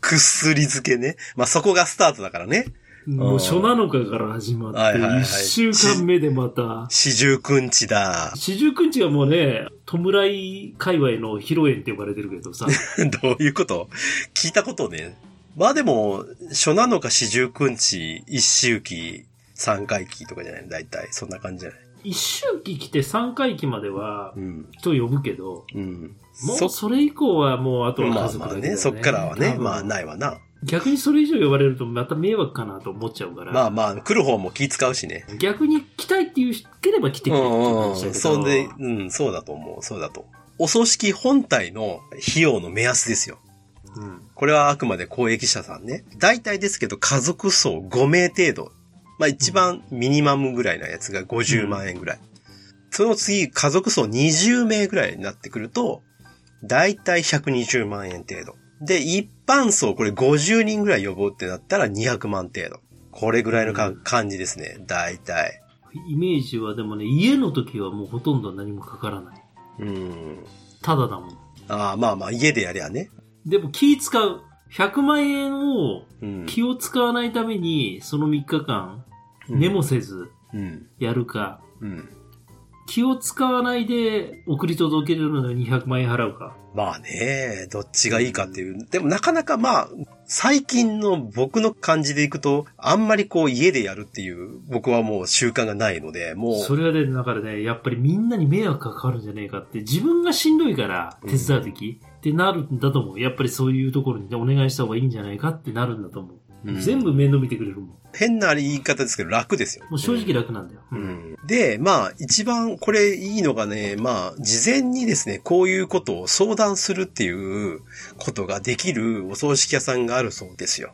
[SPEAKER 3] 薬漬けね。まあ、そこがスタートだからね。
[SPEAKER 2] もう初7日から始ま
[SPEAKER 3] は
[SPEAKER 2] っ
[SPEAKER 3] い
[SPEAKER 2] て、
[SPEAKER 3] はいはい
[SPEAKER 2] 1週間目でまた、。
[SPEAKER 3] 四十九日だ
[SPEAKER 2] 四十九日はもうね、弔い界隈の披露宴って呼ばれてるけど さ、
[SPEAKER 3] どういうこと聞いたことね。まあでも、初なのか四十九日、一周期、三回期とかじゃないだいたい。そんな感じじゃない
[SPEAKER 2] 一周期来て三回期までは
[SPEAKER 3] うん。
[SPEAKER 2] 人呼ぶけど、
[SPEAKER 3] うん。
[SPEAKER 2] もうそれ以降はもうあとは
[SPEAKER 3] ま
[SPEAKER 2] 家
[SPEAKER 3] あ
[SPEAKER 2] 族
[SPEAKER 3] ま
[SPEAKER 2] だ
[SPEAKER 3] あ
[SPEAKER 2] けだよね。
[SPEAKER 3] ね、そっからはね、
[SPEAKER 2] 多分
[SPEAKER 3] まあないわな。
[SPEAKER 2] 逆にそれ以上呼ばれるとまた迷惑かなと思っちゃうから、
[SPEAKER 3] まあまあ、来る方も気使うしね。
[SPEAKER 2] 逆に来たいっていう人ければ来て
[SPEAKER 3] う
[SPEAKER 2] くれってい
[SPEAKER 3] ん
[SPEAKER 2] う
[SPEAKER 3] う
[SPEAKER 2] 感じだけ
[SPEAKER 3] ん。
[SPEAKER 2] ど
[SPEAKER 3] そんで、うん、そうだと思う、そうだと。お葬式本体の費用の目安ですよ。
[SPEAKER 2] うん
[SPEAKER 3] これはあくまで公益者さんね。大体ですけど、家族層5名程度。まあ一番ミニマムぐらいなやつが50万円ぐらい。その次、家族層20名ぐらいになってくると、大体120万円程度。で、一般層、これ50人ぐらい呼ぼうってなったら200万程度。これぐらいのか
[SPEAKER 2] うん
[SPEAKER 3] 感じですね。大体。
[SPEAKER 2] イメージはでもね、家の時はもうほとんど何もかからない。
[SPEAKER 3] うん。
[SPEAKER 2] ただだもん。
[SPEAKER 3] ああ、まあまあ、家でやりゃね。
[SPEAKER 2] でも気使う。100万円を
[SPEAKER 3] うん。
[SPEAKER 2] 気を使わないために、その3日間、メモせず
[SPEAKER 3] うん。
[SPEAKER 2] やるか、
[SPEAKER 3] うん。
[SPEAKER 2] 気を使わないで送り届けるのに200万円払うか。
[SPEAKER 3] まあね、どっちがいいかっていう。でもなかなかまあ、最近の僕の感じでいくと、あんまりこう家でやるっていう、僕はもう習慣がないので、も、
[SPEAKER 2] そうれはね、だからね、やっぱりみんなに迷惑がかかるんじゃねえかって、自分がしんどいから手伝う時ってなるんだと思う。やっぱりそういうところにお願いした方がいいんじゃないかってなるんだと思う。
[SPEAKER 3] うん
[SPEAKER 2] 全部面倒見てくれるもん。も
[SPEAKER 3] 変な言い方ですけど楽ですよ。
[SPEAKER 2] う正直楽なんだよ。
[SPEAKER 3] う
[SPEAKER 2] うん
[SPEAKER 3] んで、まあ、一番これいいのがね、まあ、事前にですね、こういうことを相談するっていうことができるお葬式屋さんがあるそうですよ。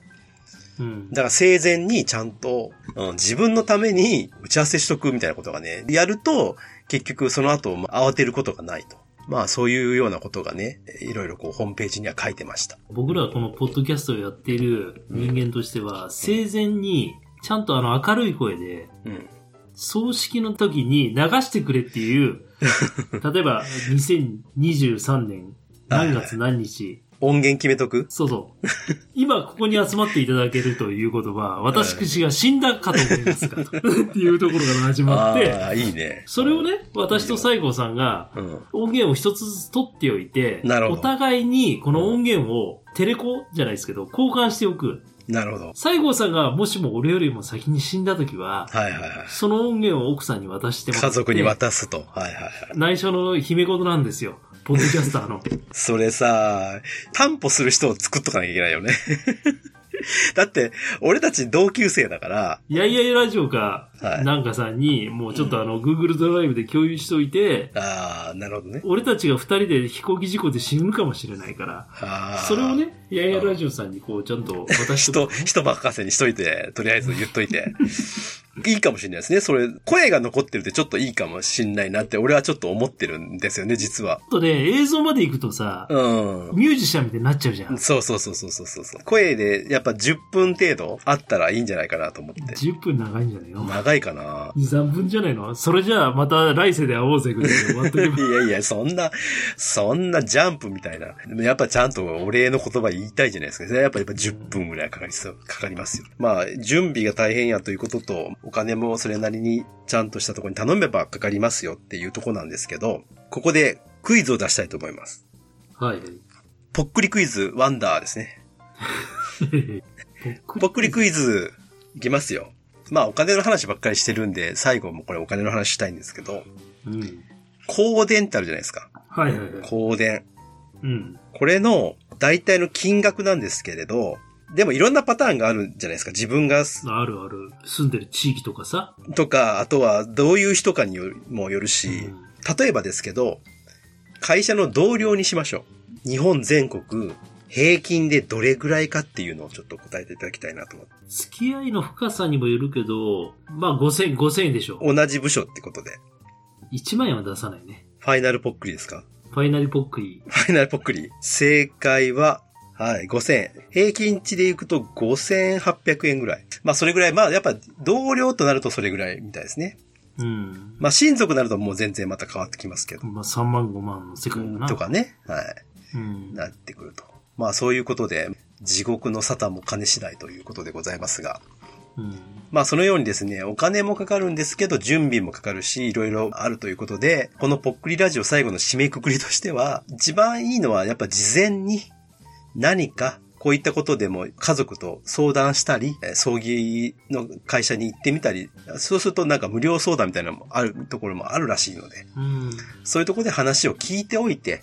[SPEAKER 2] うん
[SPEAKER 3] だから生前にちゃんと、うん、自分のために打ち合わせしとくみたいなことがね、やると、結局その後、まあ慌てることがないと。まあそういうようなことがね、いろいろこうホームページには書いてました。
[SPEAKER 2] 僕らはこのポッドキャストをやっている人間としては、生前にちゃんとあの明るい声で、
[SPEAKER 3] うん。
[SPEAKER 2] 葬式の時に流してくれっていう、例えば2023年何月何日、
[SPEAKER 3] 音源決めとく
[SPEAKER 2] そうそう。今ここに集まっていただけるということは、私が死んだかと思いますかとっていうところから始まって、
[SPEAKER 3] ああ、いいね。
[SPEAKER 2] それをね、私と西郷さんが
[SPEAKER 3] うん。
[SPEAKER 2] 音源を一つずつ取っておいて、
[SPEAKER 3] なるほ
[SPEAKER 2] お
[SPEAKER 3] ど
[SPEAKER 2] 互いにこの音源をテレコじゃないですけど、交換しておく。
[SPEAKER 3] なるほど。
[SPEAKER 2] 西郷さんがもしも俺よりも先に死んだ時は、
[SPEAKER 3] はいはいはい。
[SPEAKER 2] その音源を奥さんに渡してもらって
[SPEAKER 3] 家族に渡すと。はいはいはい。
[SPEAKER 2] 内緒の秘め事なんですよ。ポッドキャスタ ーの。
[SPEAKER 3] それさ、担保する人を作っとかなきゃいけないよね。 だって、俺たち同級生だから、
[SPEAKER 2] やいやいラジオか、
[SPEAKER 3] はい
[SPEAKER 2] なんかさんに、もうちょっとあの、Google ドライブで共有しておいて、
[SPEAKER 3] ああ、なるほどね。
[SPEAKER 2] 俺たちが二人で飛行機事故で死ぬかもしれないから、
[SPEAKER 3] あー
[SPEAKER 2] それをね、やいやいラジオさんにこう、ちゃんと渡して
[SPEAKER 3] 人、人任せにしといて、とりあえず言っといて。いいかもしれないですね。それ、声が残ってるってちょっといいかもしんないなって、俺はちょっと思ってるんですよね、実は。
[SPEAKER 2] とね、映像まで行くとさ、
[SPEAKER 3] うん。
[SPEAKER 2] ミュージシャンみたいになっちゃうじゃん。
[SPEAKER 3] そうそうそうそうそうそうそう。声で、やっぱ10分程度あったらいいんじゃないかなと思って。
[SPEAKER 2] 10分長いんじゃないの
[SPEAKER 3] 長いかな
[SPEAKER 2] ?2、3分じゃないのそれじゃあまた来世で会おうぜぐらいで終わっとけば
[SPEAKER 3] いやいや、そんな、そんなジャンプみたいな。でもやっぱちゃんとお礼の言葉言いたいじゃないですか。やっぱやっぱ10分ぐらいかかりそう、かかりますよ。まあ、準備が大変やということと、お金もそれなりにちゃんとしたところに頼めばかかりますよっていうところなんですけど、ここでクイズを出したいと思います。
[SPEAKER 2] はい。
[SPEAKER 3] ぽっくりクイズ、ワンダーですね。ぽっくりクイズ、いきますよ。まあ、お金の話ばっかりしてるんで、最後もこれお金の話したいんですけど、
[SPEAKER 2] うん。
[SPEAKER 3] 香典ってあるじゃないですか。
[SPEAKER 2] はいはいはい。
[SPEAKER 3] 香典。
[SPEAKER 2] うん。
[SPEAKER 3] これの大体の金額なんですけれど、でもいろんなパターンがあるんじゃないですか。自分がす、
[SPEAKER 2] あるある。住んでる地域とかさ。
[SPEAKER 3] とか、あとはどういう人かによるもよるし、
[SPEAKER 2] うん
[SPEAKER 3] 例えばですけど、会社の同僚にしましょう。日本全国、平均でどれぐらいかっていうのをちょっと答えていただきたいなと思って。
[SPEAKER 2] 付き合いの深さにもよるけど、まあ5000、5000円でしょ。
[SPEAKER 3] 同じ部署ってことで。
[SPEAKER 2] 1万円は出さないね。
[SPEAKER 3] ファイナルポックリですか
[SPEAKER 2] ファイナルポックリ。
[SPEAKER 3] ファイナルぽっくり。正解は、はい、5000円。平均値でいくと5800円ぐらい。まあ、それぐらい。まあ、やっぱ、同僚となるとそれぐらいみたいですね。
[SPEAKER 2] うん。
[SPEAKER 3] まあ、親族になるともう全然また変わってきますけど。
[SPEAKER 2] まあ、3万5万の世界かな。
[SPEAKER 3] とかね。は
[SPEAKER 2] うん
[SPEAKER 3] い。。なってくると。まあ、そういうことで、地獄の沙汰も金次第ということでございますが。
[SPEAKER 2] うん。
[SPEAKER 3] まあそのようにですね、お金もかかるんですけど、準備もかかるし、いろいろあるということで、このぽっくりラジオ最後の締めくくりとしては、一番いいのはやっぱ事前に何か、こういったことでも家族と相談したり、えー葬儀の会社に行ってみたり、そうするとなんか無料相談みたいなのもあるところもあるらしいので、
[SPEAKER 2] うん。
[SPEAKER 3] そういうところで話を聞いておいて、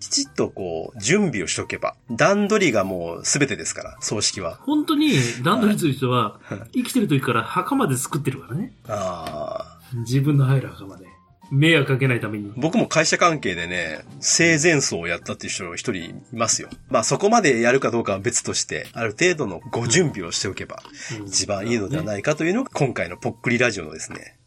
[SPEAKER 3] きちっとこう、準備をしとけば、段取りがもう全てですから、葬式は。
[SPEAKER 2] 本当に、段取りする人は
[SPEAKER 3] は、
[SPEAKER 2] 生きてる時から墓まで作ってるからね。
[SPEAKER 3] ああ。
[SPEAKER 2] 自分の入る墓まで。迷惑かけないために。
[SPEAKER 3] 僕も会社関係でね、生前葬をやったっていう人一人いますよ。まあそこまでやるかどうかは別として、ある程度のご準備をしておけば、
[SPEAKER 2] うん
[SPEAKER 3] 一番いいのではないかというのが、今回のぽっくりラジオのですね、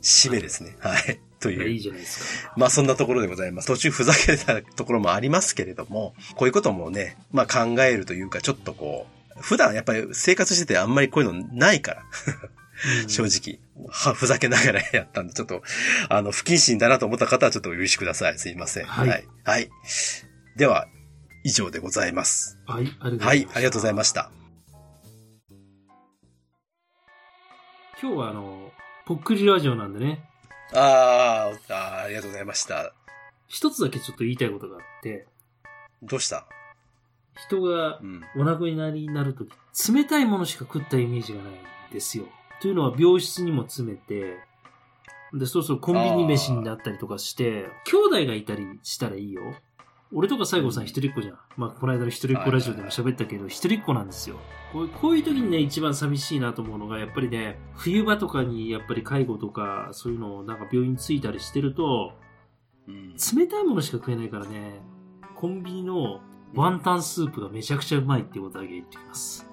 [SPEAKER 3] 締めですね。はい。と
[SPEAKER 2] いやいい
[SPEAKER 3] い。
[SPEAKER 2] うじゃないですか。
[SPEAKER 3] まあそんなところでございます。途中ふざけたところもありますけれども、こういうこともね、まあ考えるというか、ちょっとこう、普段やっぱり生活しててあんまりこういうのないから、
[SPEAKER 2] うん
[SPEAKER 3] 正直、は、ふざけながらやったんで、ちょっと、あの、不謹慎だなと思った方はちょっとお許しください。すいません。
[SPEAKER 2] はい
[SPEAKER 3] はい。はいでは、以上でございます。
[SPEAKER 2] はい、ありがとうございます。
[SPEAKER 3] はい、ありがとうございました。
[SPEAKER 2] 今日はあの、ぽっくりラジオなんでね、
[SPEAKER 3] あーあー、ありがとうございました。
[SPEAKER 2] 一つだけちょっと言いたいことがあって、
[SPEAKER 3] どうした
[SPEAKER 2] 人が
[SPEAKER 3] うん。
[SPEAKER 2] お亡くなりになるとき、冷たいものしか食ったイメージがないんですよ。というのは病室にも詰めて、で、そうそうコンビニ飯になったりとかして、兄弟がいたりしたらいいよ。俺とか西郷さん一人っ子じゃん。まあ、この間の一人っ子ラジオでも喋ったけど、一人っ子なんですよ。こうこういう時にね、一番寂しいなと思うのが、やっぱりね、冬場とかにやっぱり介護とか、そういうのをなんか病院に着いたりしてると、
[SPEAKER 3] うん
[SPEAKER 2] 冷たいものしか食えないからね、コンビニのワンタンスープがめちゃくちゃうまいってことだけ言ってき ます。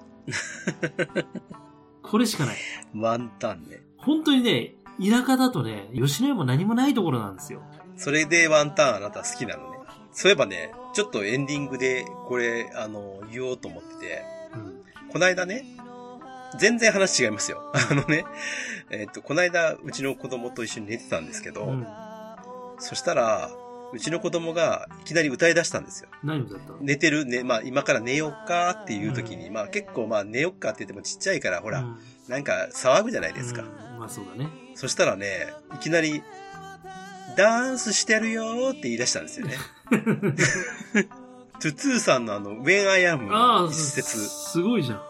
[SPEAKER 2] これしかない。
[SPEAKER 3] ワンタンね。
[SPEAKER 2] 本当にね、田舎だとね、吉野家も何もないところなんですよ。
[SPEAKER 3] それでワンタンあなた好きなのね。そういえばね、ちょっとエンディングで、これ、あの、言おうと思ってて、
[SPEAKER 2] うん。
[SPEAKER 3] こないだね、全然話違いますよ。 あのね、えっと、こないだ、うちの子供と一緒に寝てたんですけど、
[SPEAKER 2] うん、
[SPEAKER 3] そしたら、うちの子供がいきなり歌い出したんですよ。
[SPEAKER 2] 何をだったの
[SPEAKER 3] 寝てる、ね、まあ今から寝よっかっていう時に、まあ結構まあ寝よっかって言ってもちっちゃいから、ほら、
[SPEAKER 2] うん
[SPEAKER 3] なんか騒ぐじゃないですか。
[SPEAKER 2] うんまあそうだね。
[SPEAKER 3] そしたらね、いきなり、ダンスしてるよーって言い出したんですよ ね。トゥトゥさんのあの、When I Am
[SPEAKER 2] あ
[SPEAKER 3] の
[SPEAKER 2] あ、
[SPEAKER 3] 一節、
[SPEAKER 2] すすごいじゃん。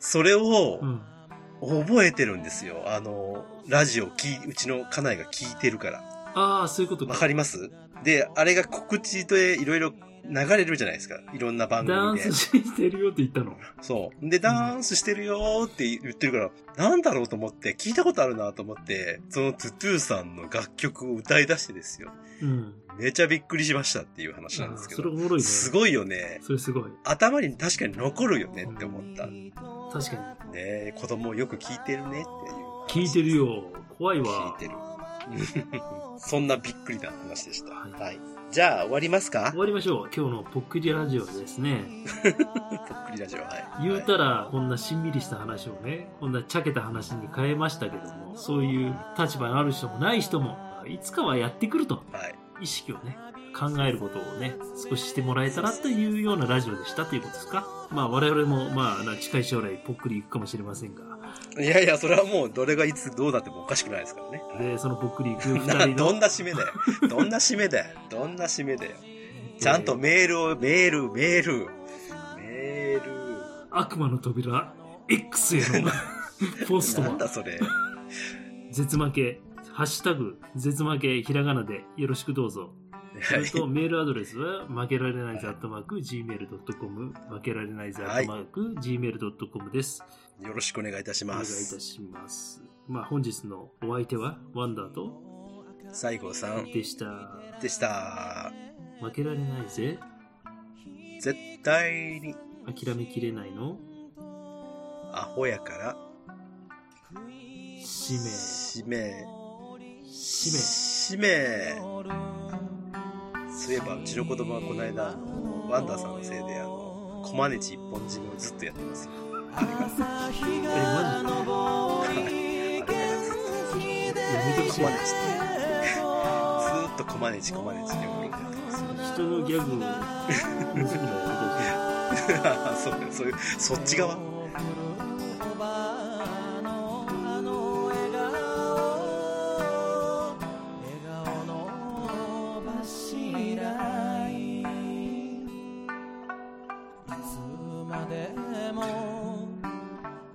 [SPEAKER 3] それを
[SPEAKER 2] うん。
[SPEAKER 3] 覚えてるんですよ。あの、ラジオ聞い、うちの家内が聞いてるから。
[SPEAKER 2] ああ、そういうこと
[SPEAKER 3] わ
[SPEAKER 2] か。
[SPEAKER 3] かりますで、あれが告知でいろいろ流れるじゃないですか。いろんな番
[SPEAKER 2] ダン
[SPEAKER 3] 組で
[SPEAKER 2] ス。してるよって言ったの。
[SPEAKER 3] そう。で、ダンスしてるよーって言ってるから、なんだろうと思って、聞いたことあるなと思って、そのトゥトゥさんの楽曲を歌い出してですよ。
[SPEAKER 2] うん。
[SPEAKER 3] めちゃびっくりしましたっていう話なんですけ
[SPEAKER 2] ああそれ
[SPEAKER 3] ど
[SPEAKER 2] お。もろいね。
[SPEAKER 3] す
[SPEAKER 2] い。
[SPEAKER 3] ごいよね。
[SPEAKER 2] それすごい。
[SPEAKER 3] 頭に確かに残るよねって思った。ね
[SPEAKER 2] 確か
[SPEAKER 3] え子供よく聞いてるねっていう。
[SPEAKER 2] に。聞いてる。よ。怖い
[SPEAKER 3] 聞い
[SPEAKER 2] わ。
[SPEAKER 3] てる。 そんなびっくりな話でした。
[SPEAKER 2] はい
[SPEAKER 3] はい。じゃあ終わりますか
[SPEAKER 2] 終わりましょう。今日のぽっくりラジオですね。
[SPEAKER 3] ぽっくりラジオ、はい。
[SPEAKER 2] 言うたらこんなしんみりした話をねこんなちゃけた話に変えましたけどもそういう立場のある人もない人もいつかはやってくると
[SPEAKER 3] はい。
[SPEAKER 2] 意識をね考えることをね少ししてもらえたらというようなラジオでしたということですかまあ我々もまあな近い将来ぽっくりいくかもしれませんが
[SPEAKER 3] いやいや、それはもう、どれがいつどうなってもおかしくないですからね。
[SPEAKER 2] でそのぽっくりいく2
[SPEAKER 3] な
[SPEAKER 2] 人
[SPEAKER 3] どん
[SPEAKER 2] の
[SPEAKER 3] な締めだよ。どんな締めだよ。どんな締めだよ。ちゃんと
[SPEAKER 2] えー
[SPEAKER 3] メールを、メール、メール。メー
[SPEAKER 2] 悪魔の扉 X へ のポスト
[SPEAKER 3] ル。なん
[SPEAKER 2] は
[SPEAKER 3] だそれ。
[SPEAKER 2] 絶負けハッシュタグ絶負けひらがなでよろしくどうぞそれとメールアドレスは、負けられないぜ、アットマーク、gmail.com、負けられないぜ、アットマーク、gmail.com です。
[SPEAKER 3] よろしくお願いいたし
[SPEAKER 2] お願い
[SPEAKER 3] ま
[SPEAKER 2] いた
[SPEAKER 3] す。
[SPEAKER 2] します。まあ、本日のお相手は、ワンダーと、
[SPEAKER 3] 西郷さん
[SPEAKER 2] でした。
[SPEAKER 3] でした。
[SPEAKER 2] 負けられないぜ、
[SPEAKER 3] 絶対に、
[SPEAKER 2] 諦めきれないの、
[SPEAKER 3] アホやから、
[SPEAKER 2] 使命、
[SPEAKER 3] 締め、
[SPEAKER 2] 使命。
[SPEAKER 3] 締め。そういえば、うちの子供はこの間、あのワンダーさんのせいで、あの、コマネチ一本締めをずっとやってますよ。あれが、
[SPEAKER 2] え、マジで
[SPEAKER 3] あれがずっ
[SPEAKER 2] やめ
[SPEAKER 3] と
[SPEAKER 2] て
[SPEAKER 3] コマネチって、ずーっとコマネチコマネチって俺がやってますよ。
[SPEAKER 2] 人のギャグを盗むの はことで
[SPEAKER 3] そう、そういう、そっち側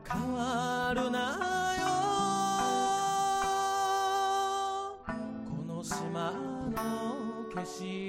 [SPEAKER 4] 変わるなよこの島の景色